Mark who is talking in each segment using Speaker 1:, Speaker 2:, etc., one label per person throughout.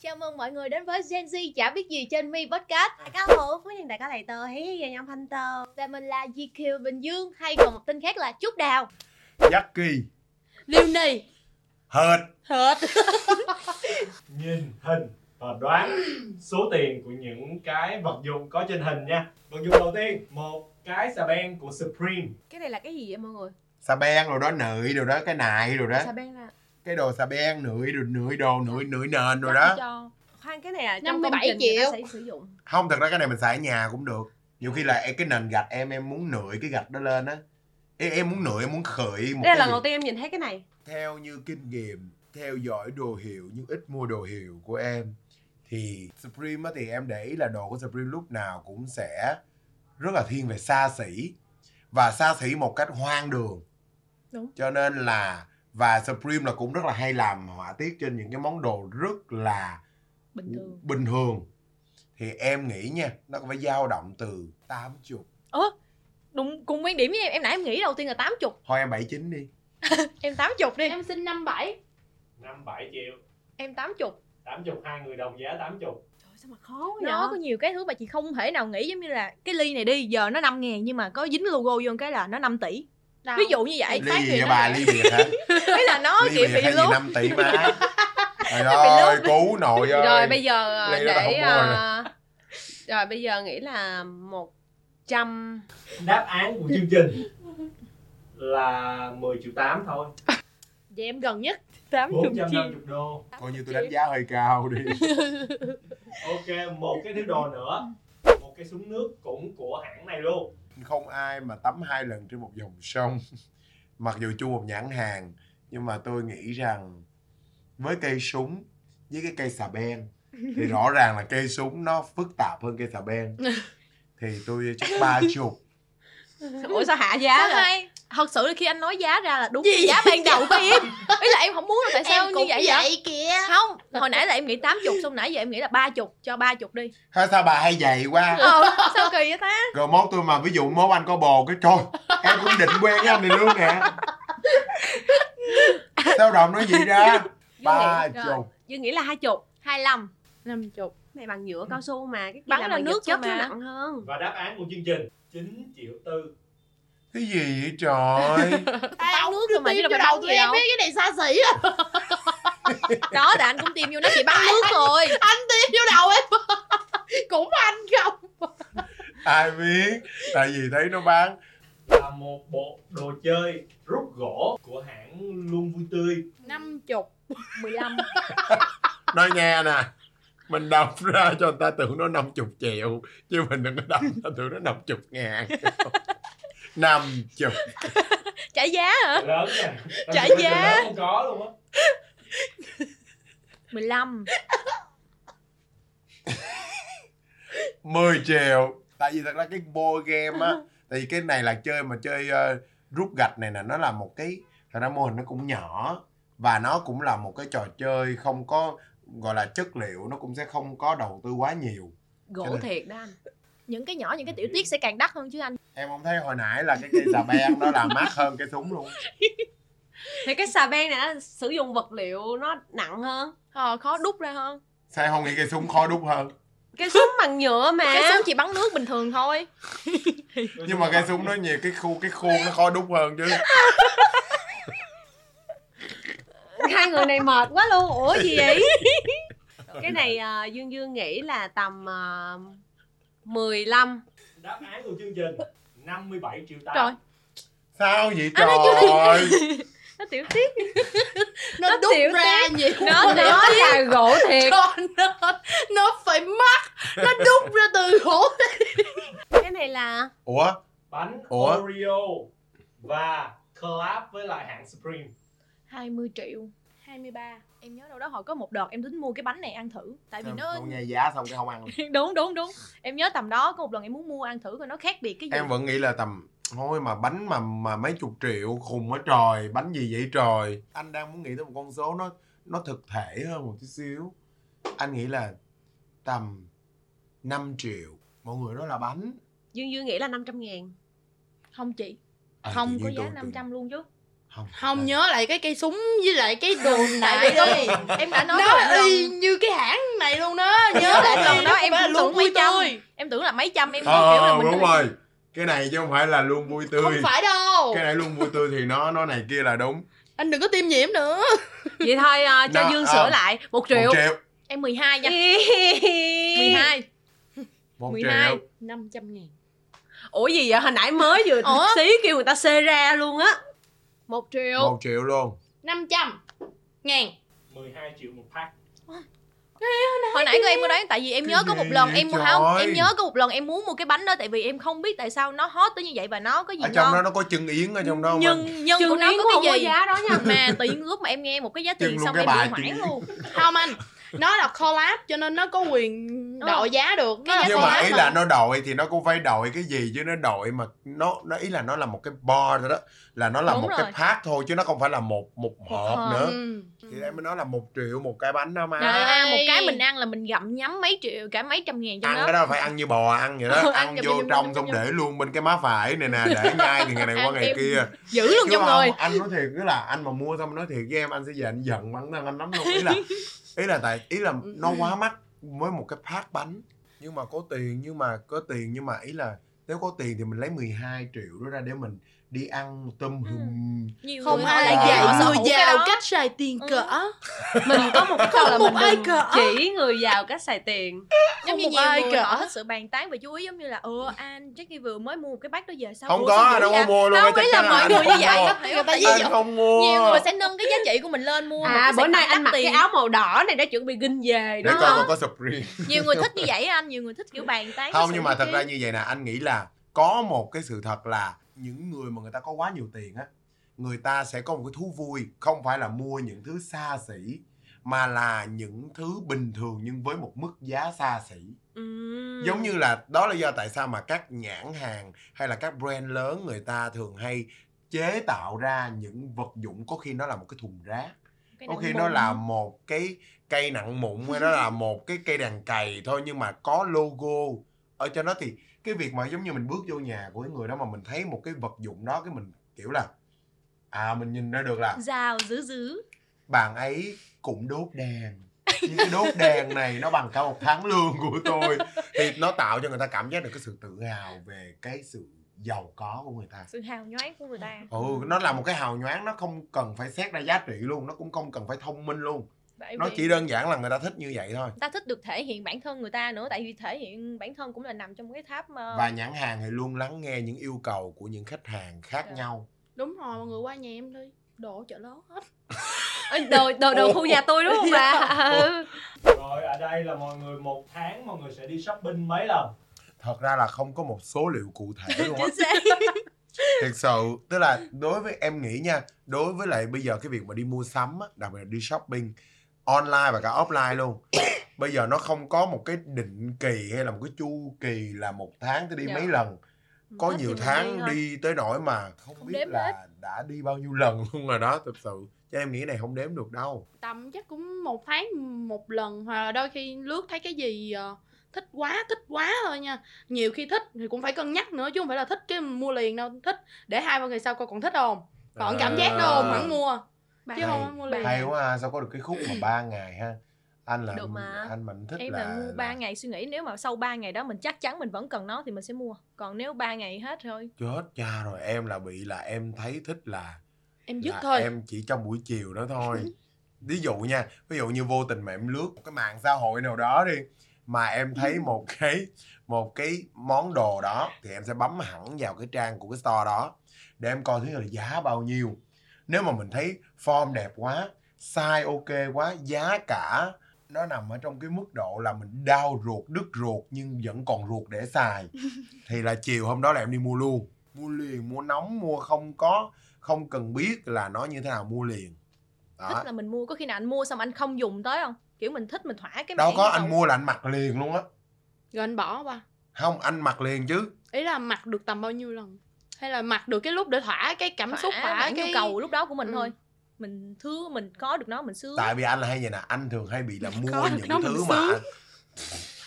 Speaker 1: Chào mừng mọi người đến với Gen Z chả biết gì trên Mi Podcast
Speaker 2: 大家好，歡迎大家嚟到《喜嘅飲品道》。
Speaker 1: Và mình là GQ Bình Dương hay còn một tên khác là Trúc Đào
Speaker 3: Jackie
Speaker 1: Liêu Nì
Speaker 3: Hệt
Speaker 1: Hết
Speaker 4: nhìn hình và đoán số tiền của những cái vật dụng có trên hình nha vật dụng đầu tiên một cái xà beng của Supreme
Speaker 2: cái này là cái gì vậy mọi người?
Speaker 3: Xà beng rồi đó, nựi rồi đó, cái nại rồi đó
Speaker 2: beng là
Speaker 3: Cái đồ xà beng, nựi rồi nựi đồ, nựi nựi nền rồi
Speaker 2: Dạ,
Speaker 3: đó
Speaker 2: khoan cái này là trong
Speaker 1: 57
Speaker 2: công trình người ta
Speaker 1: triệu.
Speaker 2: sẽ sử dụng.
Speaker 3: Không, thật ra cái này mình xài ở nhà cũng được
Speaker 2: Ừ.
Speaker 3: Nhiều khi là em- cái nền gạch em, em muốn nựi cái gạch đó lên á Em, em muốn nựi, em muốn khởi một
Speaker 2: Đây là
Speaker 3: cái
Speaker 2: lần
Speaker 3: gì.
Speaker 2: đầu tiên em nhìn thấy cái này.
Speaker 3: Theo như kinh nghiệm, theo dõi đồ hiệu nhưng ít mua đồ hiệu của em Thì Supreme á, thì em để ý là đồ của Supreme lúc nào cũng sẽ rất là thiên về xa xỉ Và xa xỉ một cách hoang đường
Speaker 2: Đúng.
Speaker 3: Cho nên là và Supreme là cũng rất là hay làm họa tiết trên những cái món đồ rất là
Speaker 1: Bình thường
Speaker 3: bình thường thì em nghĩ nha nó phải dao động từ 80
Speaker 5: đúng cùng nguyên điểm với em em nãy em nghĩ đầu tiên là 80
Speaker 3: thôi em 79 đi
Speaker 5: em 80 đi
Speaker 1: Em sinh năm 7
Speaker 4: năm bảy triệu
Speaker 5: em 80
Speaker 4: tám chục hai người đồng giá tám chục
Speaker 2: Trời sao mà khó quá
Speaker 5: nó có nhiều cái thứ mà chị không thể nào nghĩ giống như là cái ly này đi giờ nó 5 ngàn nhưng mà có dính logo vô cái là nó 5 tỷ ví dụ như vậy
Speaker 3: ly gì vậy bà ly biệt hả
Speaker 5: thế là nó
Speaker 3: ly
Speaker 5: kiểu
Speaker 3: biệt
Speaker 5: bị
Speaker 3: hay gì
Speaker 5: luôn
Speaker 3: 5 tỷ má trời ơi cứu nội ơi
Speaker 2: Rồi bây giờ
Speaker 3: Đây là
Speaker 2: để
Speaker 3: không có rồi.
Speaker 2: à, rồi bây giờ nghĩ là một trăm
Speaker 4: đáp án của chương trình là 10 triệu tám thôi
Speaker 1: Vậy em gần nhất
Speaker 4: 450 đô
Speaker 3: coi như tôi đánh giá hơi cao đi
Speaker 4: ok một cái thứ đồ nữa một cái súng nước cũng của hãng này luôn
Speaker 3: không ai mà tắm hai lần trên một dòng sông mặc dù chung một nhãn hàng nhưng mà tôi nghĩ rằng với cây súng với cái cây xà beng thì rõ ràng là cây súng nó phức tạp hơn cây xà beng thì tôi chắc ba chục
Speaker 2: Ủa sao hạ
Speaker 5: Có
Speaker 2: giá rồi?
Speaker 5: hai thật sự là khi anh nói giá ra là đúng cái giá ban đầu của em ý là em không muốn là tại sao
Speaker 1: Em
Speaker 5: như
Speaker 1: cũng
Speaker 5: vậy
Speaker 1: vậy,
Speaker 5: vậy
Speaker 1: kìa
Speaker 5: không hồi nãy Dạ. là em nghĩ 80 xong nãy giờ em nghĩ là 30 cho 30 đi
Speaker 3: Thôi sao bà hay vậy quá
Speaker 5: ờ sao kỳ vậy ta
Speaker 3: Rồi mốt tôi mà ví dụ mốt anh có bồ cái trời Em cũng định quen với anh này luôn nè Sao động nói gì ra Ba
Speaker 2: Rồi.
Speaker 3: chục
Speaker 2: Dương nghĩ là hai chục.
Speaker 5: 25
Speaker 1: 50
Speaker 2: Này bằng nhựa cao su mà, cái kia
Speaker 5: Bắn
Speaker 2: là
Speaker 5: ra
Speaker 2: bằng
Speaker 5: nước à?
Speaker 2: nước chất
Speaker 5: thôi
Speaker 2: nó
Speaker 5: mà.
Speaker 2: nặng hơn.
Speaker 4: và đáp án của chương trình 9 triệu tư
Speaker 3: Cái gì vậy trời
Speaker 5: Bán nước rồi mà chứ đâu phải
Speaker 1: đầu
Speaker 5: bán
Speaker 1: tụi
Speaker 5: gì
Speaker 1: em
Speaker 5: đâu
Speaker 1: biết cái này xa xỉ á
Speaker 5: đó là anh cũng tìm vô nó chỉ bán nước rồi
Speaker 1: Anh tiêm vô đầu em Cũng anh không
Speaker 3: Ai biết Tại vì thấy nó bán
Speaker 4: là một bộ đồ chơi rút gỗ của hãng luôn vui tươi
Speaker 1: 50
Speaker 5: 15
Speaker 3: Nói nghe nè Mình đọc ra cho người ta tưởng nó 50 triệu Chứ mình đừng có đọc ra tưởng nó 50 ngàn 50
Speaker 5: trả giá hả
Speaker 4: lớn nha Tại
Speaker 5: Trả
Speaker 4: vì bây giờ
Speaker 5: giá.
Speaker 4: lớn không có luôn á
Speaker 5: 15
Speaker 3: 10 triệu tại vì thật ra cái board game á tại vì cái này là chơi mà chơi ờ, rút gạch này nè nó là một cái thật ra mô hình nó cũng nhỏ và nó cũng là một cái trò chơi không có gọi là chất liệu nó cũng sẽ không có đầu tư quá nhiều
Speaker 2: Gỗ
Speaker 3: Cái này-
Speaker 2: thiệt đó anh.
Speaker 5: những cái nhỏ những cái tiểu tiết sẽ càng đắt hơn chứ anh
Speaker 3: em không thấy hồi nãy là cái cây xà beng nó là mát hơn cái súng luôn
Speaker 2: Thì cái xà beng này nó sử dụng vật liệu nó nặng hơn.
Speaker 5: ờ, khó đúc ra hơn
Speaker 3: sao em không nghĩ cây súng khó đút hơn
Speaker 2: Cái súng bằng nhựa mà.
Speaker 5: cái súng chỉ bắn nước bình thường thôi
Speaker 3: nhưng mà cây súng nó nhiều cái khu cái khuôn nó khó đút hơn chứ
Speaker 2: hai người này mệt quá luôn ủa gì vậy cái này à, dương dương nghĩ là tầm à, 15
Speaker 4: đáp án của chương trình 57 triệu tám
Speaker 5: Trời.
Speaker 3: sao vậy
Speaker 5: À, nó
Speaker 3: trời ơi
Speaker 5: nó tiểu tiết
Speaker 1: Nó,
Speaker 5: Nó
Speaker 1: đúc
Speaker 5: tiểu
Speaker 1: ra nhiều
Speaker 2: nó
Speaker 1: Nó-
Speaker 2: nó là gỗ thiệt
Speaker 1: cho nên nó phải mắc nó đúc ra từ gỗ
Speaker 2: cái này là
Speaker 3: ủa
Speaker 4: bánh
Speaker 3: Ủa?
Speaker 4: Oreo và collab với lại hãng Supreme
Speaker 5: 20 triệu 23 em nhớ đâu đó hồi có một đợt em tính mua cái bánh này ăn thử tại vì nó
Speaker 3: không nghe giá xong cái không ăn luôn.
Speaker 5: đúng đúng đúng em nhớ tầm đó có một lần em muốn mua ăn thử coi nó khác biệt cái gì
Speaker 3: em vẫn nghĩ là tầm thôi mà bánh mà mà mấy chục triệu khùng ở trời bánh gì vậy trời anh đang muốn nghĩ tới một con số nó nó thực thể hơn một tí xíu anh nghĩ là tầm 5 triệu mọi người đó là bánh
Speaker 2: dương dương nghĩ là 500 ngàn
Speaker 5: không chị
Speaker 3: À,
Speaker 5: không
Speaker 3: tự
Speaker 5: có
Speaker 3: nhiên
Speaker 5: giá
Speaker 3: tôi-
Speaker 5: 500 luôn chứ
Speaker 3: không
Speaker 1: không nhớ lại cái cây súng với lại cái đồ nại
Speaker 5: tại
Speaker 1: đi
Speaker 5: em đã nói
Speaker 1: nó
Speaker 5: rồi
Speaker 1: y như cái hãng này luôn đó nhớ
Speaker 5: lại
Speaker 1: đi,
Speaker 5: lần đó
Speaker 1: nó
Speaker 5: em
Speaker 1: phải là
Speaker 5: cũng
Speaker 1: luôn
Speaker 5: tưởng mấy
Speaker 1: vui
Speaker 5: trăm.
Speaker 1: tươi
Speaker 5: em tưởng là mấy trăm em
Speaker 3: Ờ,
Speaker 5: kiểu là mình
Speaker 3: đúng rồi cái này chứ không phải là luôn vui
Speaker 1: không
Speaker 3: tươi
Speaker 1: phải đâu
Speaker 3: Ừ. cái này luôn vui tươi thì nó nó này kia là đúng
Speaker 1: anh đừng có tiêm nhiễm nữa
Speaker 2: vậy thôi à, cho
Speaker 3: Đó,
Speaker 2: dương
Speaker 3: à.
Speaker 2: sửa lại một
Speaker 3: một
Speaker 2: triệu
Speaker 3: triệu
Speaker 5: em 12 nha
Speaker 2: mười
Speaker 5: 12
Speaker 3: một
Speaker 5: 12
Speaker 3: triệu
Speaker 5: 500 ngàn
Speaker 2: ủa gì vậy hồi nãy mới vừa
Speaker 5: Ủa?
Speaker 2: xí kêu người ta xê ra luôn á
Speaker 1: một triệu
Speaker 3: một triệu luôn
Speaker 5: 500
Speaker 1: ngàn
Speaker 4: 12 triệu một pack
Speaker 5: hồi nãy em có đoán tại vì em
Speaker 3: Cái
Speaker 5: nhớ có một
Speaker 3: gì
Speaker 5: lần
Speaker 3: vậy
Speaker 5: em mua không
Speaker 3: trời?
Speaker 5: em nhớ có một lần em muốn mua cái bánh đó tại vì em không biết tại sao nó hot tới như vậy và nó có gì
Speaker 3: ở trong
Speaker 5: ngon
Speaker 3: đó nó có chân yến ở trong đó không anh?
Speaker 5: nhưng nhân của
Speaker 2: Trương
Speaker 5: nó
Speaker 2: Yến
Speaker 5: có
Speaker 2: cũng
Speaker 5: cái
Speaker 2: không
Speaker 5: gì
Speaker 2: có giá đó nha
Speaker 5: mà tự nhiên lúc mà em nghe một cái giá
Speaker 3: Chừng
Speaker 5: tiền
Speaker 3: luôn
Speaker 5: xong
Speaker 3: cái
Speaker 5: em
Speaker 3: bà
Speaker 5: bị
Speaker 3: chị.
Speaker 5: hoảng luôn
Speaker 1: không anh nó là collab cho nên nó có quyền
Speaker 5: Ờ.
Speaker 1: đội giá được nó là
Speaker 3: nhưng mà
Speaker 1: collab
Speaker 3: ý
Speaker 1: mà.
Speaker 3: là nó đội thì nó cũng phải đội cái gì chứ nó đội mà nó nó ý là nó là một cái bar rồi đó là nó là
Speaker 5: Đúng
Speaker 3: một
Speaker 5: rồi.
Speaker 3: cái pack thôi chứ nó không phải là một một hộp
Speaker 5: hộp.
Speaker 3: nữa
Speaker 1: Ừ.
Speaker 3: thì em mới nói là một triệu một cái bánh đó
Speaker 5: Trời
Speaker 3: mà
Speaker 2: Dạ,
Speaker 1: Đó.
Speaker 5: ơi, một
Speaker 1: Đây.
Speaker 5: cái mình ăn là mình gặm nhắm mấy triệu cả mấy trăm ngàn trong
Speaker 3: ăn
Speaker 5: đó
Speaker 3: cái đó phải ăn như bò ăn vậy đó
Speaker 5: Ừ, ăn
Speaker 3: ăn
Speaker 5: cho
Speaker 3: vô
Speaker 5: mình-
Speaker 3: trong xong để luôn bên cái má phải này nè để ngay từ ngày này qua
Speaker 5: Ăn
Speaker 3: ngày
Speaker 5: em
Speaker 3: kia
Speaker 5: giữ luôn
Speaker 3: chứ
Speaker 5: trong
Speaker 3: mà không,
Speaker 5: người
Speaker 3: anh nói thiệt tức là anh mà mua xong nói thiệt với em anh sẽ về anh giận bản thân anh lắm luôn ý là ý là tại ý là nó quá mắc với một cái phát bánh nhưng mà có tiền nhưng mà có tiền nhưng mà ý là nếu có tiền thì mình lấy 12 triệu đó ra để mình đi ăn một
Speaker 5: Ừ.
Speaker 3: tôm hùm
Speaker 5: nhiều
Speaker 1: không
Speaker 5: người
Speaker 1: ai
Speaker 5: lại
Speaker 3: Ờ.
Speaker 1: dạy
Speaker 5: giàu
Speaker 3: Ờ.
Speaker 1: người
Speaker 5: sở hữu cái
Speaker 1: giàu
Speaker 5: đó.
Speaker 1: cách xài tiền
Speaker 5: Ừ.
Speaker 1: cỡ
Speaker 2: mình có một cái câu là
Speaker 1: Không
Speaker 2: mình
Speaker 1: một ai
Speaker 2: đừng
Speaker 1: cỡ.
Speaker 2: chỉ người giàu cách xài tiền
Speaker 5: giống như
Speaker 1: Không một
Speaker 5: nhiều
Speaker 1: ai
Speaker 5: người
Speaker 1: cả.
Speaker 5: họ hết sự bàn tán và chú ý giống như là ờ anh Jackie vừa mới mua một cái bát đó về sao
Speaker 3: Ừ. không
Speaker 5: Ủa,
Speaker 3: có
Speaker 5: sao
Speaker 3: anh
Speaker 5: dữ
Speaker 3: đâu có
Speaker 5: vậy?
Speaker 3: mua luôn
Speaker 5: đâu
Speaker 3: anh
Speaker 5: ý
Speaker 3: chắc
Speaker 5: là
Speaker 3: chắn
Speaker 5: mọi
Speaker 3: anh
Speaker 5: người
Speaker 3: không
Speaker 5: như vậy
Speaker 3: mua.
Speaker 5: có hiểu tại vì
Speaker 3: anh không
Speaker 5: nhiều
Speaker 3: mua
Speaker 5: người sẽ nâng cái giá trị của mình lên mua một
Speaker 2: à
Speaker 5: cái
Speaker 2: bữa
Speaker 5: sản
Speaker 2: nay
Speaker 5: phẩm đắt
Speaker 2: anh mặc
Speaker 5: tiền.
Speaker 2: cái áo màu đỏ này đã chuẩn bị ginh về
Speaker 3: để
Speaker 2: đúng
Speaker 3: coi
Speaker 2: không
Speaker 3: còn có surprise
Speaker 5: nhiều người thích như vậy á anh nhiều người thích kiểu bàn tán cái
Speaker 3: không
Speaker 5: sự
Speaker 3: nhưng mà
Speaker 5: ý
Speaker 3: thật
Speaker 5: kiến.
Speaker 3: ra như vậy nè anh nghĩ là có một cái sự thật là những người mà người ta có quá nhiều tiền á người ta sẽ có một cái thú vui không phải là mua những thứ xa xỉ mà là những thứ bình thường nhưng với một mức giá xa xỉ
Speaker 2: Ừm.
Speaker 3: giống như là đó là do tại sao mà các nhãn hàng hay là các brand lớn người ta thường hay chế tạo ra những vật dụng có khi nó là một cái thùng rác
Speaker 5: Cái
Speaker 3: có
Speaker 5: nặng
Speaker 3: khi
Speaker 5: mụn.
Speaker 3: nó là một cái cây nặng mụn hay nó là một cái cây đàn cày thôi nhưng mà có logo ở trên đó thì cái việc mà giống như mình bước vô nhà của cái người đó mà mình thấy một cái vật dụng đó cái mình kiểu là à mình nhìn ra được là
Speaker 5: giàu dữ dữ
Speaker 3: bạn ấy cũng đốt đèn nhưng cái đốt đèn này nó bằng cả một tháng lương của tôi thì nó tạo cho người ta cảm giác được cái sự tự hào về cái sự giàu có của người ta
Speaker 5: sự hào nhoáng của người ta
Speaker 3: ừ nó là một cái hào nhoáng nó không cần phải xét ra giá trị luôn nó cũng không cần phải thông minh luôn
Speaker 5: Bởi
Speaker 3: nó
Speaker 5: vì
Speaker 3: chỉ đơn giản là người ta thích như vậy thôi
Speaker 5: người ta thích được thể hiện bản thân người ta nữa tại vì thể hiện bản thân cũng là nằm trong cái tháp mà
Speaker 3: và nhãn hàng thì luôn lắng nghe những yêu cầu của những khách hàng khác
Speaker 5: Dạ.
Speaker 3: nhau
Speaker 1: đúng rồi mọi người qua nhà em đi đồ chợ lớn hết
Speaker 2: Ê, đồ đồ đồ khu nhà tôi đúng không bà Ừ.
Speaker 4: Rồi ở đây là mọi người một tháng mọi người sẽ đi shopping mấy lần
Speaker 3: thật ra là không có một số liệu cụ thể luôn á
Speaker 5: chính xác
Speaker 3: thiệt sự tức là đối với em nghĩ nha đối với lại bây giờ cái việc mà đi mua sắm á, đặc biệt là đi shopping online và cả offline luôn bây giờ nó không có một cái định kỳ hay là một cái chu kỳ là một tháng tới đi
Speaker 5: Dạ.
Speaker 3: mấy lần có
Speaker 5: Thích
Speaker 3: nhiều
Speaker 5: thì mình đi
Speaker 3: tháng
Speaker 5: thôi.
Speaker 3: đi tới nỗi mà không,
Speaker 5: Không
Speaker 3: biết
Speaker 5: đếm
Speaker 3: là đã đi bao nhiêu lần luôn rồi đó thật sự cho em nghĩ cái này không đếm được đâu
Speaker 1: tầm chắc cũng một tháng một lần hoặc là đôi khi lướt thấy cái gì ờ, thích quá thích quá thôi nha nhiều khi thích thì cũng phải cân nhắc nữa chứ không phải là thích cái mua liền đâu thích để hai ba ngày sau coi còn thích không còn cảm giác đâu
Speaker 3: À.
Speaker 1: vẫn mua
Speaker 5: Bà-
Speaker 1: chứ
Speaker 3: Hay-
Speaker 1: không phải mua liền
Speaker 3: hay quá ha sao có được cái khúc mà ba ngày ha anh là
Speaker 2: Được mà.
Speaker 3: anh mình thích
Speaker 5: em
Speaker 3: là,
Speaker 5: là mua 3
Speaker 3: là-
Speaker 5: ngày suy nghĩ nếu mà sau 3 ngày đó mình chắc chắn mình vẫn cần nó thì mình sẽ mua còn nếu 3 ngày hết thôi
Speaker 3: chết cha rồi em là bị là em thấy thích là,
Speaker 1: em dứt
Speaker 3: là
Speaker 1: thôi
Speaker 3: Dạ, em chỉ trong buổi chiều đó thôi ví dụ nha ví dụ như vô tình mà em lướt một cái mạng xã hội nào đó đi mà
Speaker 1: Ừ.
Speaker 3: em thấy một cái một cái món đồ đó thì em sẽ bấm hẳn vào cái trang của cái store đó để em coi thứ là giá bao nhiêu nếu mà mình thấy form đẹp quá size ok quá giá cả nó nằm ở trong cái mức độ là mình đau ruột đứt ruột nhưng vẫn còn ruột để xài thì là chiều hôm đó là em đi mua luôn mua liền mua nóng mua không có không cần biết là nó như thế nào mua liền đó
Speaker 5: thích là mình mua có khi nào anh mua xong anh không dùng tới không kiểu mình thích mình thỏa cái
Speaker 3: đâu
Speaker 5: mảng
Speaker 3: có
Speaker 5: đó
Speaker 3: anh
Speaker 5: rồi.
Speaker 3: mua là anh mặc liền luôn á
Speaker 1: rồi anh bỏ qua
Speaker 3: không anh mặc liền chứ
Speaker 1: ý là mặc được tầm bao nhiêu lần hay là mặc được cái lúc để thỏa cái cảm
Speaker 5: thỏa
Speaker 1: xúc thỏa
Speaker 5: mảng nhu
Speaker 1: cái
Speaker 5: cầu lúc đó của mình
Speaker 1: Ừ.
Speaker 5: thôi mình thứ mình có được nó mình sướng
Speaker 3: tại vì anh là hay vậy nè anh thường hay bị là mua
Speaker 1: Có, nó
Speaker 3: những
Speaker 1: mình
Speaker 3: thứ
Speaker 1: sướng.
Speaker 3: mà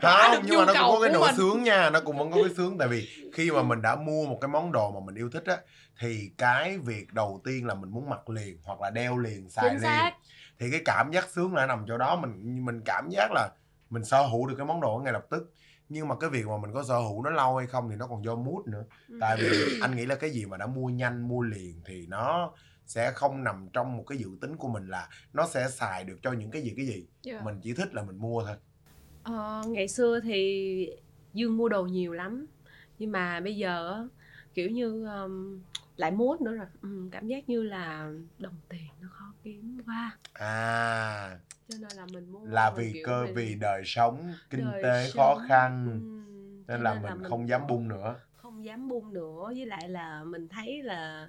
Speaker 1: thỏa
Speaker 3: không
Speaker 1: được
Speaker 3: nhưng mà
Speaker 1: nhu
Speaker 3: nó cũng
Speaker 1: cầu
Speaker 3: có cái
Speaker 1: của
Speaker 3: nỗi
Speaker 1: mình.
Speaker 3: sướng nha nó cũng vẫn có cái sướng tại vì khi mà mình đã mua một cái món đồ mà mình yêu thích á thì cái việc đầu tiên là mình muốn mặc liền hoặc là đeo liền xài
Speaker 5: chính
Speaker 3: liền
Speaker 5: xác
Speaker 3: thì cái cảm giác sướng là nằm chỗ đó mình mình cảm giác là mình sở hữu được cái món đồ ngay lập tức nhưng mà cái việc mà mình có sở hữu nó lâu hay không thì nó còn do mood nữa
Speaker 2: Ừ.
Speaker 3: tại vì anh nghĩ là cái gì mà đã mua nhanh mua liền thì nó sẽ không nằm trong một cái dự tính của mình là nó sẽ xài được cho những cái gì cái gì
Speaker 5: Dạ.
Speaker 3: mình chỉ thích là mình mua thôi
Speaker 2: Ờ, ngày xưa thì Dương mua đồ nhiều lắm nhưng mà bây giờ á, kiểu như um, lại mốt nữa rồi Ừm, cảm giác như là đồng tiền nó khó kiếm quá
Speaker 3: à
Speaker 2: cho nên là mình mua
Speaker 3: là
Speaker 2: theo
Speaker 3: vì
Speaker 2: kiểu
Speaker 3: cơ
Speaker 2: mình-
Speaker 3: vì đời sống kinh
Speaker 2: đời
Speaker 3: tế
Speaker 2: sống.
Speaker 3: khó khăn
Speaker 2: Ừm, cho
Speaker 3: Ừ. nên là mình không dám bung nữa
Speaker 2: không dám bung nữa với lại là mình thấy là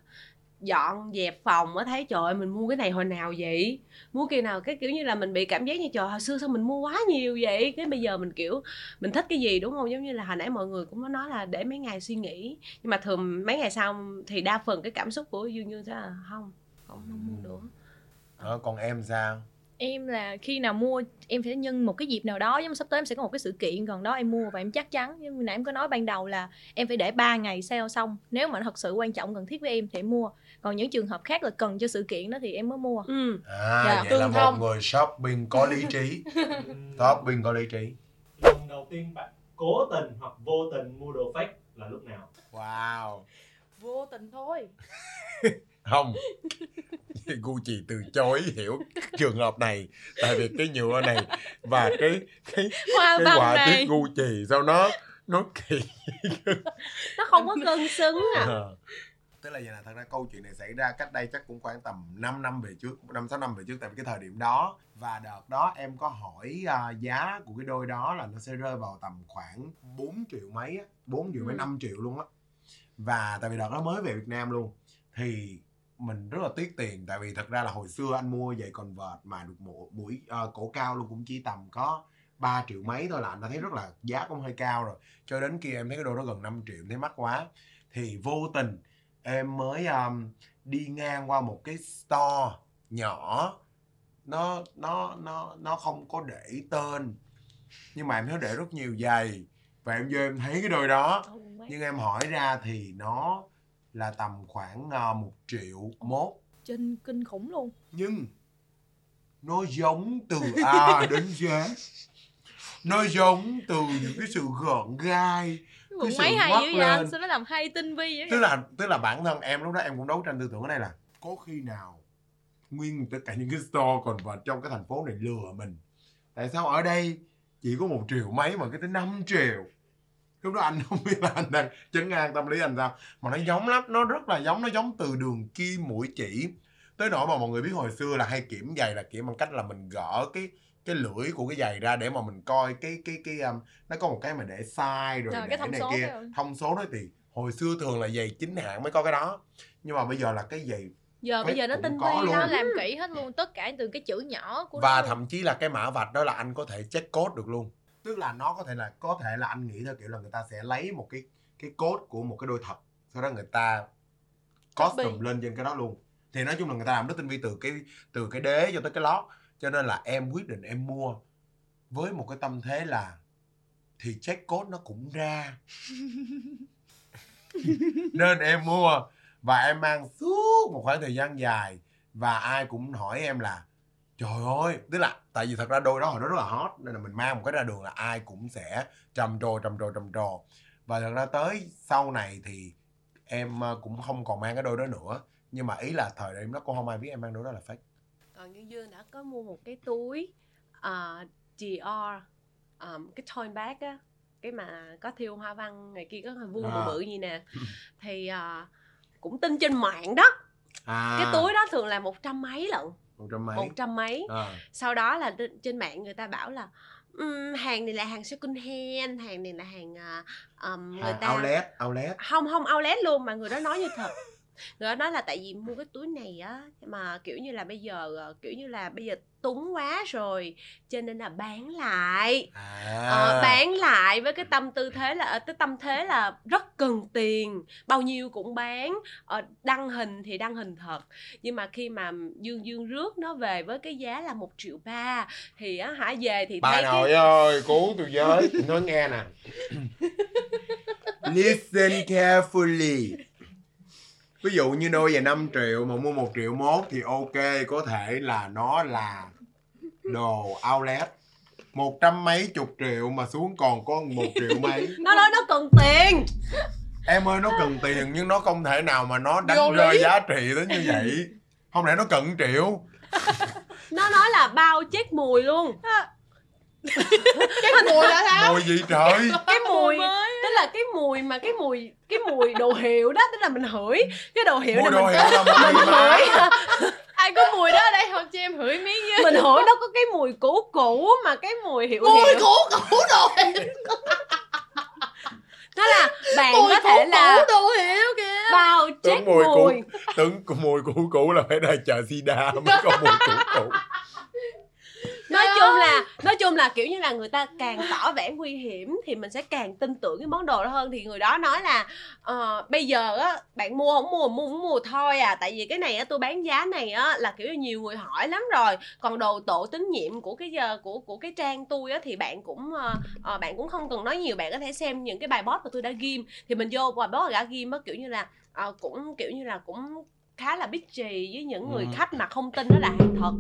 Speaker 2: dọn dẹp phòng á thấy trời ơi, mình mua cái này hồi nào vậy mua kỳ nào cái kiểu như là mình bị cảm giác như trời hồi xưa sao mình mua quá nhiều vậy cái bây giờ mình kiểu mình thích cái gì đúng không giống như là hồi nãy mọi người cũng có nói là để mấy ngày suy nghĩ nhưng mà thường mấy ngày sau thì đa phần cái cảm xúc của dương như thế là không không, không mua nữa
Speaker 3: đó, còn em sao
Speaker 5: em là khi nào mua em sẽ nhân một cái dịp nào đó giống như sắp tới em sẽ có một cái sự kiện gần đó em mua và em chắc chắn giống như nãy em có nói ban đầu là em phải để 3 ngày sale xong nếu mà nó thật sự quan trọng cần thiết với em thì em mua còn những trường hợp khác là cần cho sự kiện đó thì em mới mua
Speaker 2: ừ
Speaker 3: à
Speaker 5: Dạ,
Speaker 3: vậy là
Speaker 1: tương
Speaker 3: một
Speaker 1: thông.
Speaker 3: người shopping có lý trí shopping có lý trí
Speaker 4: lần đầu tiên bạn cố tình hoặc vô tình mua đồ fake là lúc nào
Speaker 3: wow
Speaker 1: vô tình thôi
Speaker 3: không Gucci từ chối hiểu trường hợp này tại vì cái nhựa này và cái cái
Speaker 5: hoa
Speaker 3: cái
Speaker 5: văn
Speaker 3: họa tiết
Speaker 5: này
Speaker 3: Gucci sao nó nó kỳ
Speaker 2: nó không có cân xứng à
Speaker 3: tức là vậy là thật ra câu chuyện này xảy ra cách đây chắc cũng khoảng tầm 5 năm về trước 5 6 năm về trước tại vì cái thời điểm đó và đợt đó em có hỏi à, giá của cái đôi đó là nó sẽ rơi vào tầm khoảng 4 triệu mấy á, 4 triệu mấy
Speaker 5: Ừ.
Speaker 3: 5 triệu luôn á và tại vì đợt đó mới về Việt Nam luôn thì mình rất là tiếc tiền tại vì thật ra là hồi xưa anh mua giày Convert mà được một mũi ờ, cổ cao luôn cũng chỉ tầm có 3 triệu mấy thôi là anh đã thấy rất là giá cũng hơi cao rồi cho đến khi em thấy cái đồ đó gần 5 triệu em thấy mắc quá thì vô tình em mới um, đi ngang qua một cái store nhỏ nó nó nó nó không có để tên nhưng mà em thấy để rất nhiều giày và em vô em thấy cái đôi đó nhưng em hỏi ra thì nó là tầm khoảng uh, một triệu mốt
Speaker 5: trên kinh khủng luôn
Speaker 3: nhưng nó giống từ A đến Z nó giống từ những cái sự gợn gai
Speaker 5: Quần
Speaker 3: sự
Speaker 5: mấy hay
Speaker 3: ngoắc
Speaker 5: dữ vậy anh
Speaker 3: lên.
Speaker 5: sao nó làm hay tinh vi vậy
Speaker 3: tức là tức là bản thân em lúc đó em cũng đấu tranh tư tưởng ở đây là có khi nào nguyên tất cả những cái store còn vào trong cái thành phố này lừa mình tại sao ở đây chỉ có một triệu mấy mà cái tới 5 triệu lúc đó anh không biết là anh đang chấn an tâm lý anh sao mà nó giống lắm nó rất là giống nó giống từ đường kim mũi chỉ tới nỗi mà mọi người biết hồi xưa là hay kiểm giày là kiểm bằng cách là mình gỡ cái cái lưỡi của cái giày ra để mà mình coi cái cái cái um, nó có một cái mà để sai rồi
Speaker 5: Ờ,
Speaker 3: để
Speaker 5: cái thông
Speaker 3: này
Speaker 5: số
Speaker 3: kia
Speaker 5: phải không?
Speaker 3: thông số đó thì hồi xưa thường là giày chính hãng mới có cái đó nhưng mà bây giờ là cái giày
Speaker 5: giờ bây
Speaker 3: Fake
Speaker 5: giờ nó
Speaker 3: cũng
Speaker 5: tinh
Speaker 3: có
Speaker 5: vi nó
Speaker 3: luôn.
Speaker 5: làm kỹ hết luôn tất cả từ cái chữ nhỏ của
Speaker 3: và
Speaker 5: nó
Speaker 3: thậm chí là cái mã vạch đó là anh có thể check code được luôn tức là nó có thể là có thể là anh nghĩ theo kiểu là người ta sẽ lấy một cái cái code của một cái đôi thật sau đó người ta custom
Speaker 1: Copy.
Speaker 3: lên trên cái đó luôn thì nói chung là người ta làm rất tinh vi từ cái từ cái đế cho tới cái lót cho nên là em quyết định em mua với một cái tâm thế là thì check code nó cũng ra nên em mua và em mang suốt một khoảng thời gian dài và ai cũng hỏi em là trời ơi tức là tại vì thật ra đôi đó hồi đó rất là hot nên là mình mang một cái ra đường là ai cũng sẽ trầm trồ trầm trồ trầm trồ và thật ra tới sau này thì em ờ, cũng không còn mang cái đôi đó nữa nhưng mà ý là thời điểm đó cũng không ai biết em mang đôi đó là fake
Speaker 2: còn Ờ, như dương đã có mua một cái túi ờ, Dior ờ, cái toy bag á cái mà có thiêu hoa văn này kia có hình vuông bự
Speaker 3: À.
Speaker 2: bự như nè thì ờ, cũng tin trên mạng đó
Speaker 3: à
Speaker 2: cái túi đó thường là một trăm mấy lận
Speaker 3: một trăm mấy
Speaker 2: một trăm mấy
Speaker 3: à,
Speaker 2: sau đó là trên- trên mạng người ta bảo là "Ừm, hàng này là hàng second hand hàng này là hàng ờ, ờm, người
Speaker 3: hàng
Speaker 2: ta
Speaker 3: à, outlet outlet
Speaker 2: không không outlet luôn mà người đó nói như thật người đó nói là tại vì mua cái túi này á mà kiểu như là bây giờ ờ, kiểu như là bây giờ túng quá rồi cho nên là bán lại
Speaker 3: à,
Speaker 2: Ờ, bán lại với cái tâm tư thế là ờ, cái tâm thế là rất cần tiền bao nhiêu cũng bán Ờ, đăng hình thì đăng hình thật nhưng mà khi mà dương dương rước nó về với cái giá là một triệu ba thì á hả về thì
Speaker 3: bà
Speaker 2: thấy cái
Speaker 3: nội ơi cứu tôi với nói nghe nè listen carefully ví dụ như đôi giày 5 triệu mà mua 1 triệu mốt thì ok có thể là nó là đồ outlet một trăm mấy chục triệu mà xuống còn có một triệu mấy
Speaker 2: nó nói nó cần tiền
Speaker 3: em ơi nó cần tiền nhưng nó không thể nào mà nó đánh
Speaker 1: Vô lý.
Speaker 3: rơi giá trị tới như vậy không lẽ nó cần triệu
Speaker 2: nó nói là bao chết mùi luôn
Speaker 1: cái mùi là sao
Speaker 3: mùi gì trời
Speaker 2: cái mùi tức là cái mùi mà cái mùi cái mùi đồ hiệu đó tức là mình hửi cái đồ hiệu
Speaker 3: mua
Speaker 2: này
Speaker 3: đồ
Speaker 2: mình
Speaker 3: hiệu là mùi má
Speaker 1: ai có mùi đó ở đây không cho em hửi miếng với
Speaker 2: mình hửi nó có cái mùi cũ cũ mà cái mùi hiệu
Speaker 1: mùi
Speaker 2: hiệu
Speaker 1: cũ cũ đồ hiểu
Speaker 2: nó là bạn
Speaker 1: mùi
Speaker 2: có
Speaker 1: cũ
Speaker 2: thể là
Speaker 1: cũ đồ hiểu kìa
Speaker 2: bao chết
Speaker 3: Tưởng mùi
Speaker 2: mùi,
Speaker 3: cũ. tưởng mùi cũ cũ là phải ra chợ sida mới có mùi cũ cũ
Speaker 2: nói
Speaker 1: Trời
Speaker 2: chung
Speaker 1: ơi.
Speaker 2: là nói chung là kiểu như là người ta càng tỏ vẻ nguy hiểm thì mình sẽ càng tin tưởng cái món đồ đó hơn thì người đó nói là ờ, bây giờ á bạn mua không mua mua không mua thôi à tại vì cái này á tôi bán giá này á là kiểu như nhiều người hỏi lắm rồi còn đồ tổ tín nhiệm của cái giờ của của cái trang tôi á thì bạn cũng ờ, ờ, bạn cũng không cần nói nhiều bạn có thể xem những cái bài post mà tôi đã ghim thì mình vô bài post đã ghim á kiểu như là ờ, cũng kiểu như là cũng khá là bitchy với những người
Speaker 3: Ừ.
Speaker 2: khách mà không tin đó là hàng thật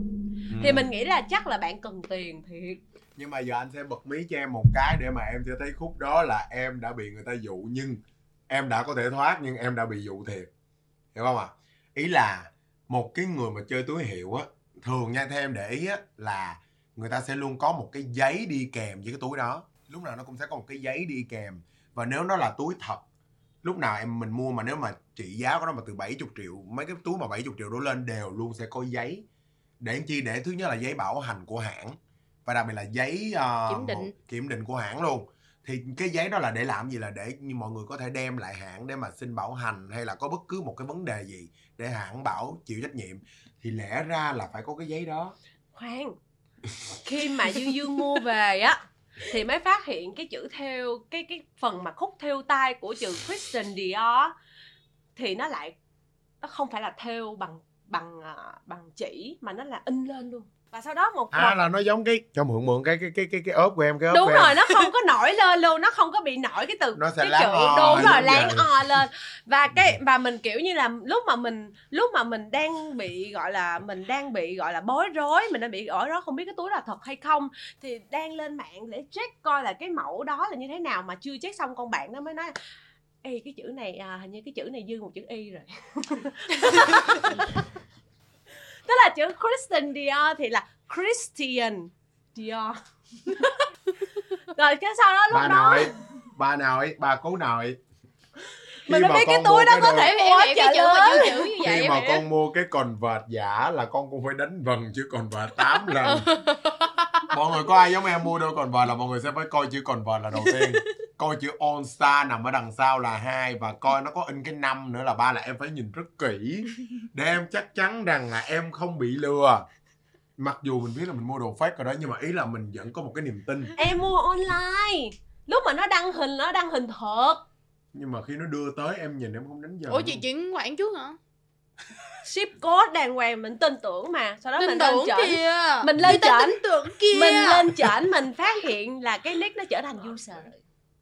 Speaker 2: thì mình nghĩ là chắc là bạn cần tiền thiệt
Speaker 3: nhưng mà giờ anh sẽ bật mí cho em một cái để mà em sẽ thấy khúc đó là em đã bị người ta dụ nhưng em đã có thể thoát nhưng em đã bị dụ thiệt hiểu không ạ ý là một cái người mà chơi túi hiệu á thường nha theo em để ý á là người ta sẽ luôn có một cái giấy đi kèm với cái túi đó lúc nào nó cũng sẽ có một cái giấy đi kèm và nếu nó là túi thật lúc nào em mình mua mà nếu mà trị giá của nó mà từ 70 triệu mấy cái túi mà 70 triệu đổ lên đều luôn sẽ có giấy để làm chi để thứ nhất là giấy bảo hành của hãng và đặc biệt là giấy ờ,
Speaker 1: Kiểm định.
Speaker 3: một- kiểm định của hãng luôn thì cái giấy đó là để làm gì là để như mọi người có thể đem lại hãng để mà xin bảo hành hay là có bất cứ một cái vấn đề gì để hãng bảo chịu trách nhiệm thì lẽ ra là phải có cái giấy đó
Speaker 2: khoan khi mà dương dương mua về á thì mới phát hiện cái chữ theo cái cái phần mà khúc theo tay của chữ Christian Dior thì nó lại nó không phải là theo bằng bằng à, bằng chỉ mà nó là in lên luôn và sau đó một,
Speaker 3: à
Speaker 2: một
Speaker 3: là nó giống cái cho mượn mượn cái cái cái cái cái ốp của em cái ốp
Speaker 2: đúng
Speaker 3: của em.
Speaker 2: rồi nó không có nổi lên luôn nó không có bị nổi cái từ
Speaker 3: Nó sẽ
Speaker 2: cái
Speaker 3: láng
Speaker 2: chữ
Speaker 3: o,
Speaker 2: đúng
Speaker 3: đúng
Speaker 2: rồi láng
Speaker 3: vậy.
Speaker 2: o lên và cái và mình kiểu như là lúc mà mình lúc mà mình đang bị gọi là mình đang bị gọi là bối rối mình đang bị ở đó không biết cái túi là thật hay không thì đang lên mạng để check coi là cái mẫu đó là như thế nào mà chưa check xong con bạn nó mới nói Ê, cái chữ này à, hình như cái chữ này dư một chữ y rồi tức là chữ Christian Dior thì là Christian Dior rồi cái sau đó lúc
Speaker 3: bà
Speaker 2: đó
Speaker 3: nội bà nội bà cố nội Khi
Speaker 2: mình mới
Speaker 3: mà
Speaker 2: biết cái
Speaker 3: con mua
Speaker 2: túi đó
Speaker 3: cái
Speaker 2: có
Speaker 3: đồ-
Speaker 2: thể
Speaker 1: em
Speaker 2: mua
Speaker 1: hiểu cái
Speaker 2: trời
Speaker 1: chữ mà
Speaker 2: ơi
Speaker 1: chữ chữ như vậy
Speaker 3: khi
Speaker 1: em
Speaker 3: mà
Speaker 1: hiểu.
Speaker 3: con mua cái convert giả là con cũng phải đánh vần chứ convert 8
Speaker 1: Ừ.
Speaker 3: lần mọi người có ai giống em mua đôi convert là mọi người sẽ phải coi chữ convert là đầu tiên coi chữ all star nằm ở đằng sau là hai và coi nó có in cái năm nữa là ba là em phải nhìn rất kỹ để em chắc chắn rằng là em không bị lừa mặc dù mình biết là mình mua đồ fake rồi đó nhưng mà ý là mình vẫn có một cái niềm tin
Speaker 2: em mua online lúc mà nó đăng hình nó đăng hình thật
Speaker 3: nhưng mà khi nó đưa tới em nhìn em không đánh giờ
Speaker 1: ủa chị chuyển khoản trước hả
Speaker 2: ship code đàng hoàng mình tin tưởng mà sau đó
Speaker 1: tin
Speaker 2: mình lên
Speaker 1: tưởng
Speaker 2: chỉnh
Speaker 1: kìa
Speaker 2: mình lên
Speaker 1: Người ta
Speaker 2: chỉnh
Speaker 1: tin tưởng kìa
Speaker 2: mình lên chỉnh mình phát hiện là cái nick nó trở thành user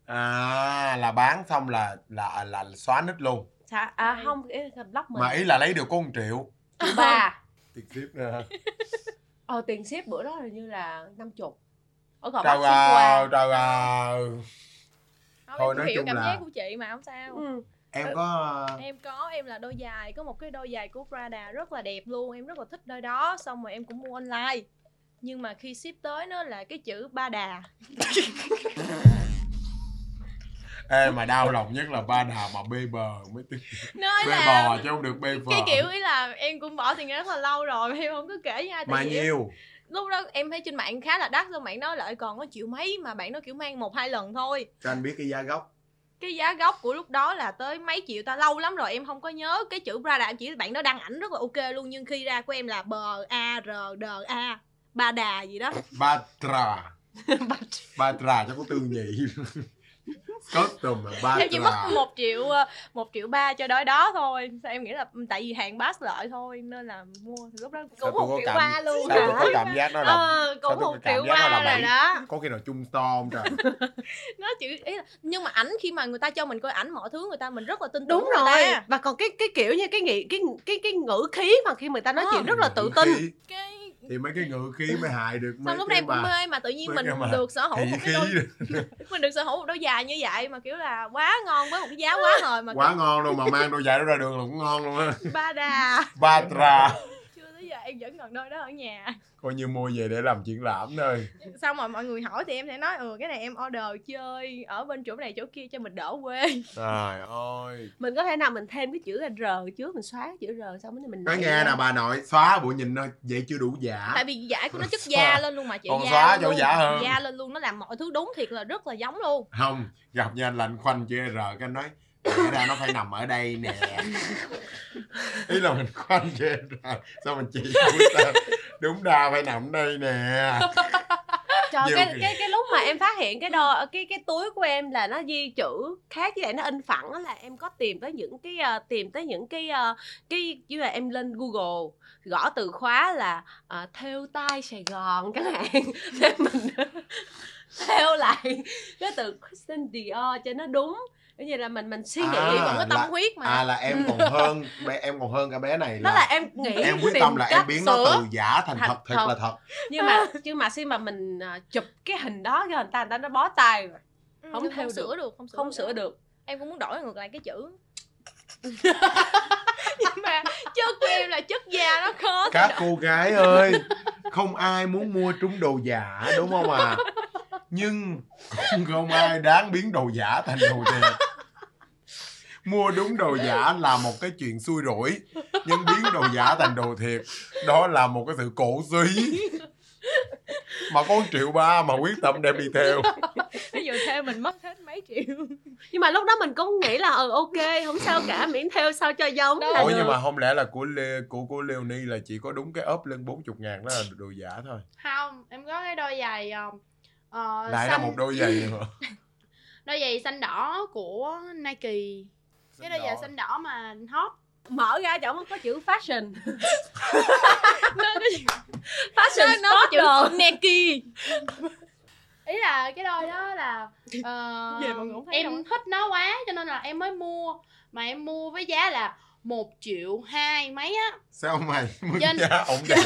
Speaker 3: à là bán xong là là là, xóa nít luôn
Speaker 2: Sao?
Speaker 5: Ừ.
Speaker 2: à không ý là block mình
Speaker 3: mà ý là lấy được có một triệu
Speaker 2: Chị ba
Speaker 3: tiền ship nữa hả?
Speaker 2: ờ tiền ship bữa đó là như là năm chục ở gò
Speaker 3: Trời
Speaker 2: Bắc ship qua
Speaker 3: ơi, trời ơi
Speaker 5: Không,
Speaker 3: Thôi,
Speaker 5: em cũng
Speaker 3: nói
Speaker 5: hiểu
Speaker 3: chung
Speaker 5: cảm
Speaker 3: là-
Speaker 5: giác của chị mà không sao
Speaker 2: ừ.
Speaker 3: Em có
Speaker 5: em có em là đôi giày có một cái đôi giày của Prada rất là đẹp luôn em rất là thích đôi đó xong rồi em cũng mua online nhưng mà khi ship tới nó là cái chữ ba đà
Speaker 3: Ê mà đau lòng nhất là ba đà mà bê bờ mới tính
Speaker 5: nó
Speaker 3: Bê
Speaker 5: là
Speaker 3: bò chứ không được bê phờ
Speaker 5: cái kiểu ý là em cũng bỏ tiền ra rất là lâu rồi mà em không có kể với ai tại
Speaker 3: Mà
Speaker 5: vì
Speaker 3: nhiều
Speaker 5: lúc đó em thấy trên mạng khá là đắt xong bạn nói lại còn có triệu mấy mà bạn nó kiểu mang một hai lần thôi
Speaker 3: Cho anh biết cái giá gốc
Speaker 5: cái giá gốc của lúc đó là tới mấy triệu ta lâu lắm rồi em không có nhớ cái chữ Prada em chỉ bạn nó đăng ảnh rất là ok luôn nhưng khi ra của em là bờ a r d a ba đà gì đó
Speaker 3: Ba trà Ba trà cho có tư nhị có tùm mà ba
Speaker 5: em chỉ mất
Speaker 3: trà.
Speaker 5: một triệu ờ, một triệu ba cho đói đó thôi Sao em nghĩ là ừ, tại vì hàng pass lợi thôi nên là mua thì lúc đó
Speaker 3: Sao
Speaker 5: cũng
Speaker 3: tôi
Speaker 5: một
Speaker 3: có
Speaker 5: triệu
Speaker 3: cảm-
Speaker 5: ba luôn
Speaker 3: sao tôi
Speaker 5: hả
Speaker 3: có cảm giác nó là
Speaker 5: ờ
Speaker 3: sao
Speaker 5: cũng
Speaker 3: tôi
Speaker 5: một
Speaker 3: có cảm
Speaker 5: triệu
Speaker 3: giác nó là
Speaker 5: ba rồi
Speaker 3: bậy?
Speaker 5: đó
Speaker 3: có cái nào chung to không trời
Speaker 5: nó chỉ ý là nhưng mà ảnh khi mà người ta cho mình coi ảnh mọi thứ người ta mình rất là tin tưởng
Speaker 2: đúng
Speaker 5: người
Speaker 2: rồi
Speaker 5: ta.
Speaker 2: và còn cái cái kiểu như cái nghị cái cái cái ngữ khí mà khi người ta nói
Speaker 5: Ờ.
Speaker 2: chuyện rất là tự
Speaker 3: Ngữ
Speaker 2: tin
Speaker 3: khí,
Speaker 5: cái
Speaker 3: thì mấy cái ngự khí mới hại được mấy
Speaker 5: xong lúc
Speaker 3: cái
Speaker 5: này cũng
Speaker 3: bà
Speaker 5: mê mà tự nhiên
Speaker 3: mấy
Speaker 5: mình
Speaker 3: cái mà
Speaker 5: được sở hữu
Speaker 3: thị
Speaker 5: một
Speaker 3: khí
Speaker 5: cái đôi mình được sở hữu một đôi giày như vậy mà kiểu là quá ngon với một cái giá quá hời mà
Speaker 3: quá ngon luôn mà mang đôi giày đó ra đường là cũng ngon luôn á
Speaker 5: kiểu ba đà
Speaker 3: ba trà
Speaker 5: chưa tới giờ em vẫn còn đôi đó ở nhà
Speaker 3: coi như mua về để làm triển lãm thôi
Speaker 5: xong rồi mọi người hỏi thì em sẽ nói ừ cái này em order chơi ở bên chỗ này chỗ kia cho mình đỡ quê
Speaker 3: trời ơi
Speaker 2: mình có thể nào mình thêm cái chữ là r trước mình xóa cái chữ r xong rồi mình
Speaker 3: nói
Speaker 2: nảy
Speaker 3: nghe
Speaker 2: ra.
Speaker 3: nè bà nội xóa bộ nhìn nó vậy chưa đủ giả
Speaker 5: tại vì giả của nó chất da lên luôn mà chị
Speaker 3: Còn
Speaker 5: da
Speaker 3: xóa
Speaker 5: lên
Speaker 3: chỗ
Speaker 5: luôn.
Speaker 3: giả hơn.
Speaker 5: da lên luôn nó làm mọi thứ đúng thiệt là rất là giống luôn
Speaker 3: không gặp nha anh lạnh khoanh chữ r cái anh nói lẽ ra nó phải nằm ở đây nè ý là mình khoanh chữ r sao mình chỉ mũi tên? đúng ra phải nằm đây nè
Speaker 2: Trời
Speaker 3: Nhiều
Speaker 2: cái,
Speaker 3: kìa.
Speaker 2: cái cái lúc mà em phát hiện cái đo cái cái túi của em là nó ghi chữ khác với lại nó in phẳng á là em có tìm tới những cái ờ, tìm tới những cái ờ, cái như là em lên Google gõ từ khóa là ờ, thêu tai Sài Gòn chẳng hạn để mình theo lại cái từ Christian Dior cho nó đúng Bởi vì là mình mình suy nghĩ
Speaker 3: À,
Speaker 5: còn có
Speaker 3: là-
Speaker 5: tâm huyết mà
Speaker 3: à là em còn hơn bé em còn hơn cả bé này
Speaker 2: đó
Speaker 3: là,
Speaker 2: là em nghĩ
Speaker 3: em quyết
Speaker 2: tìm
Speaker 3: tâm là em
Speaker 2: cách
Speaker 3: biến
Speaker 2: sửa.
Speaker 3: nó từ giả thành
Speaker 2: thành
Speaker 3: thật thiệt
Speaker 2: thật.
Speaker 3: là thật
Speaker 2: nhưng mà nhưng mà khi mà mình ờ, chụp cái hình đó cho người ta người ta nó bó tay rồi
Speaker 5: Ừ,
Speaker 2: không
Speaker 5: nhưng
Speaker 2: theo được.
Speaker 5: sửa được không sửa
Speaker 2: không
Speaker 5: được.
Speaker 2: sửa được
Speaker 5: em cũng muốn đổi ngược lại cái chữ nhưng mà chất của em là chất da nó khó
Speaker 3: các cô gái ơi không ai muốn mua trúng đồ giả đúng không ạ à? nhưng cũng không ai đáng biến đồ giả thành đồ thiệt mua đúng đồ giả là một cái chuyện xui rủi nhưng biến đồ giả thành đồ thiệt đó là một cái sự cổ suý mà có 1 triệu ba mà quyết tâm đem đi theo
Speaker 5: ví dụ theo mình mất hết mấy triệu
Speaker 2: nhưng mà lúc đó mình cũng nghĩ là ừ ok không sao cả miễn theo sao cho giống là
Speaker 3: ủa
Speaker 2: được
Speaker 3: nhưng mà không lẽ là của Lê, của của Leonie là chỉ có đúng cái ốp lên 40 ngàn đó là đồ giả thôi
Speaker 1: không em có cái đôi giày um, ờ,
Speaker 3: lại là
Speaker 1: xanh
Speaker 3: một đôi giày nữa
Speaker 1: đôi giày xanh đỏ của Nike cái đôi giày xanh đỏ mà hot
Speaker 2: mở ra chỗ có chữ fashion
Speaker 5: nó có chữ-
Speaker 2: fashion
Speaker 5: nó có
Speaker 2: sport đồ
Speaker 5: chữ Nike
Speaker 1: ý là cái đôi đó là ờ,
Speaker 5: Về mọi người không thấy
Speaker 1: em
Speaker 5: đâu á.
Speaker 1: thích nó quá cho nên là em mới mua mà em mua với giá là một triệu hai mấy á
Speaker 3: sao mày muốn
Speaker 1: Dân.
Speaker 3: giá ổng đẹp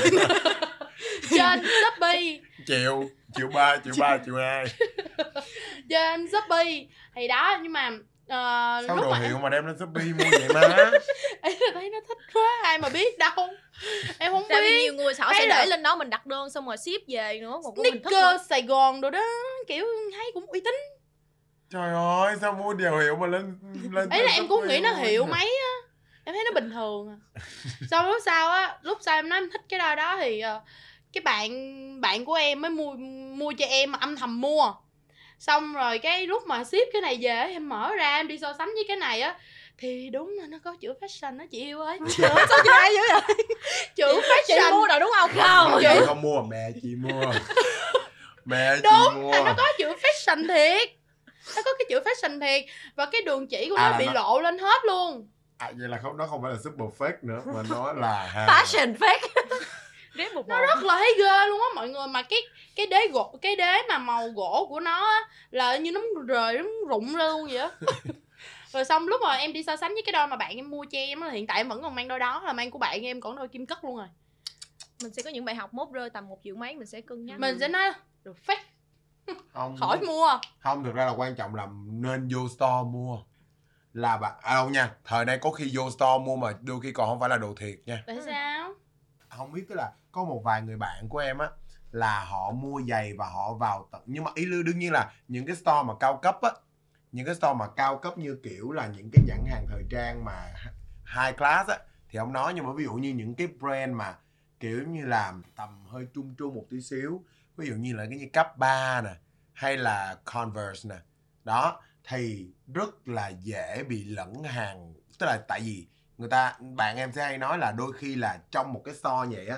Speaker 1: trên shopee
Speaker 3: triệu triệu ba triệu ba triệu hai
Speaker 1: trên shopee thì đó nhưng mà ờ,
Speaker 3: sao
Speaker 1: lúc
Speaker 3: đồ
Speaker 1: mà em
Speaker 3: hiệu mà đem lên shopee mua vậy má
Speaker 1: ấy là thấy nó thích quá ai mà biết đâu em không
Speaker 5: tại vì
Speaker 1: biết
Speaker 5: nhiều người sợ
Speaker 1: Thấy
Speaker 5: sẽ
Speaker 1: là-
Speaker 5: để lên đó mình đặt đơn xong rồi ship về nữa còn của mình thích nữa.
Speaker 1: Snicker Sài Gòn đồ đó kiểu thấy cũng uy tín
Speaker 3: trời ơi sao mua điều hiệu mà lên lên
Speaker 1: ấy là em cũng
Speaker 3: Shopee
Speaker 1: nghĩ nó
Speaker 3: mua?
Speaker 1: hiệu mấy á em thấy nó bình thường à sau lúc sau á lúc sau em nói em thích cái đôi đó thì ờ, cái bạn bạn của em mới mua mua cho em mà âm thầm mua xong rồi cái lúc mà ship cái này về á, em mở ra em đi so sánh với cái này á thì đúng là nó có chữ fashion đó chị yêu ơi
Speaker 5: Trời ơi, sao chị ai dữ vậy
Speaker 1: chữ
Speaker 5: chị
Speaker 1: fashion
Speaker 5: mua rồi đúng không
Speaker 3: Mẹ
Speaker 5: không
Speaker 3: chị không mua mẹ chị mua mẹ chị
Speaker 1: Đúng,
Speaker 3: mua
Speaker 1: là À, nó có chữ fashion thiệt nó có cái chữ fashion thiệt và cái đường chỉ của nó
Speaker 3: À, là
Speaker 1: bị
Speaker 3: nó-
Speaker 1: lộ lên hết luôn
Speaker 3: à, vậy là không nó không phải là super fake nữa mà nó là hàng
Speaker 2: fashion fake
Speaker 5: Rép một
Speaker 1: nó rất là thấy ghê luôn á mọi người mà cái cái đế gỗ cái đế mà màu gỗ của nó á, là như nó muốn rời nó muốn rụng ra luôn vậy á. rồi xong lúc mà em đi so sánh với cái đôi mà bạn em mua cho em á, là hiện tại em vẫn còn mang đôi đó là mang của bạn em còn đôi kim cất luôn rồi
Speaker 5: mình sẽ có những bài học mốt rơi tầm một triệu mấy mình sẽ cân nhắc
Speaker 1: mình sẽ nói được phát
Speaker 3: không
Speaker 1: khỏi mua
Speaker 3: không thực ra là quan trọng là nên vô store mua là bạn à, đâu nha thời nay có khi vô store mua mà đôi khi còn không phải là đồ thiệt nha
Speaker 1: tại
Speaker 5: Ừ.
Speaker 1: sao
Speaker 3: không biết tức là có một vài người bạn của em á là họ mua giày và họ vào tận nhưng mà ý lưu đương nhiên là những cái store mà cao cấp á những cái store mà cao cấp như kiểu là những cái nhãn hàng thời trang mà high class á thì không nói nhưng mà ví dụ như những cái brand mà kiểu như là tầm hơi trung trung một tí xíu ví dụ như là cái như cấp 3 nè hay là converse nè đó thì rất là dễ bị lẫn hàng tức là tại vì người ta bạn em sẽ hay nói là đôi khi là trong một cái store vậy á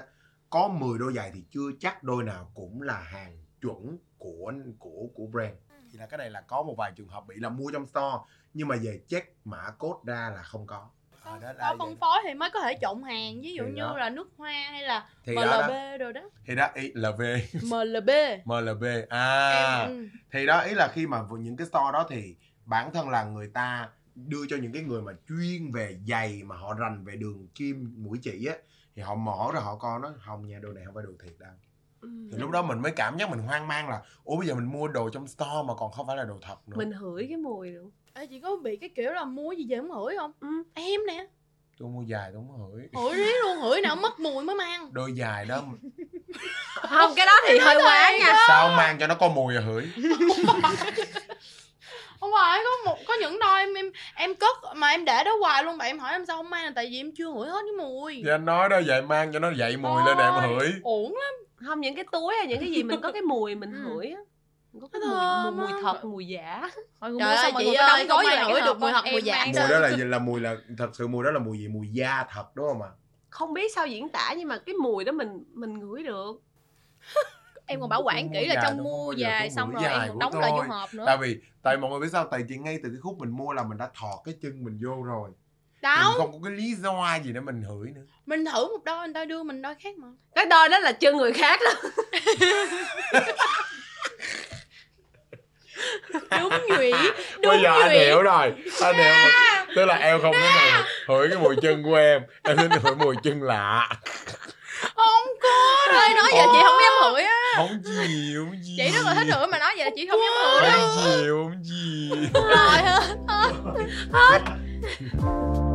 Speaker 3: có 10 đôi giày thì chưa chắc đôi nào cũng là hàng chuẩn của của của brand thì là cái này là có một vài trường hợp bị là mua trong store nhưng mà về check mã code ra là không có Ờ, đó là
Speaker 1: có
Speaker 3: vậy đó.
Speaker 1: phân phối thì mới có thể chọn hàng ví dụ
Speaker 3: Thì
Speaker 1: như
Speaker 3: đó.
Speaker 1: là nước hoa hay là
Speaker 3: thì đó,
Speaker 1: MLB
Speaker 3: đó
Speaker 1: rồi đó
Speaker 3: thì đó ý là về
Speaker 1: MLB
Speaker 3: MLB
Speaker 1: em
Speaker 3: à
Speaker 1: ừ.
Speaker 3: thì đó ý là khi mà vừa- những cái store đó thì bản thân là người ta đưa cho những cái người mà chuyên về giày mà họ rành về đường kim mũi chỉ á thì họ mở ra họ coi nó hồng nhà đồ này không phải đồ thiệt đâu
Speaker 1: Ừ.
Speaker 3: thì lúc đó mình mới cảm giác mình hoang mang là ủa bây giờ mình mua đồ trong store mà còn không phải là đồ thật nữa
Speaker 2: mình hửi cái mùi luôn
Speaker 1: Ê, chị có bị cái kiểu là mua gì về không hửi không
Speaker 2: Ừ.
Speaker 1: em nè
Speaker 3: tôi mua dài tôi không hửi
Speaker 1: hửi riết luôn hửi nào mất mùi mới mang
Speaker 3: đôi dài đó
Speaker 2: không cái đó thì hơi quá nha
Speaker 3: sao mang cho nó có mùi à hửi
Speaker 1: không phải có một có những đôi em em em cất mà em để đó hoài luôn mà em hỏi em sao không mang là tại vì em chưa hửi hết cái mùi
Speaker 3: thì anh nói đó vậy mang cho nó dậy mùi lên để em hửi
Speaker 1: uổng lắm
Speaker 2: không những cái túi hay những cái gì mình có cái mùi mình
Speaker 1: Ừ.
Speaker 2: hửi á Mình có cái
Speaker 1: Nó
Speaker 2: mùi,
Speaker 1: thơm
Speaker 2: mùi, mùi
Speaker 1: lắm.
Speaker 2: thật mùi giả
Speaker 5: mọi người
Speaker 1: Trời
Speaker 5: mua xong
Speaker 1: ơi,
Speaker 5: mọi
Speaker 1: chị
Speaker 5: người có
Speaker 1: ơi,
Speaker 5: đóng gói
Speaker 1: không
Speaker 5: vô
Speaker 1: ai
Speaker 5: lại
Speaker 1: hửi
Speaker 5: cái
Speaker 1: được
Speaker 5: hộp
Speaker 1: mùi
Speaker 5: không?
Speaker 1: hạt, mùi
Speaker 5: Em
Speaker 1: giả.
Speaker 5: mang
Speaker 3: mùi
Speaker 5: cho-
Speaker 3: đó là là mùi là thật sự mùi đó là mùi gì mùi da thật đúng không ạ
Speaker 2: không biết sao diễn tả nhưng mà cái mùi đó mình mình ngửi được
Speaker 5: em còn bảo quản kỹ là
Speaker 3: Dạ,
Speaker 5: trong
Speaker 3: đúng
Speaker 5: mua
Speaker 3: rồi, dạ,
Speaker 5: dài
Speaker 3: đúng
Speaker 5: xong rồi
Speaker 3: rồi, dài
Speaker 5: em còn
Speaker 3: của
Speaker 5: đóng lại vô
Speaker 3: tôi.
Speaker 5: hộp nữa
Speaker 3: tại vì tại mọi người biết sao tại chị ngay từ cái khúc mình mua là mình đã thọt cái chân mình vô rồi
Speaker 1: đâu
Speaker 3: mình không có cái lý do gì để mình hửi nữa
Speaker 1: mình thử một đôi người ta đưa mình đôi khác mà
Speaker 2: cái đôi đó là chân người khác đó
Speaker 1: đúng nhỉ đúng
Speaker 3: bây giờ anh
Speaker 1: nhỉ
Speaker 3: hiểu rồi anh hiểu rồi. tức là em không có nào hửi cái mùi chân của em em nên hửi mùi chân lạ
Speaker 1: không có đây nói
Speaker 5: giờ chị không dám hửi á
Speaker 3: không chịu không chịu
Speaker 5: chị rất là thích hửi mà nói vậy là chị không dám hửi
Speaker 3: không chịu không chịu
Speaker 5: rồi hết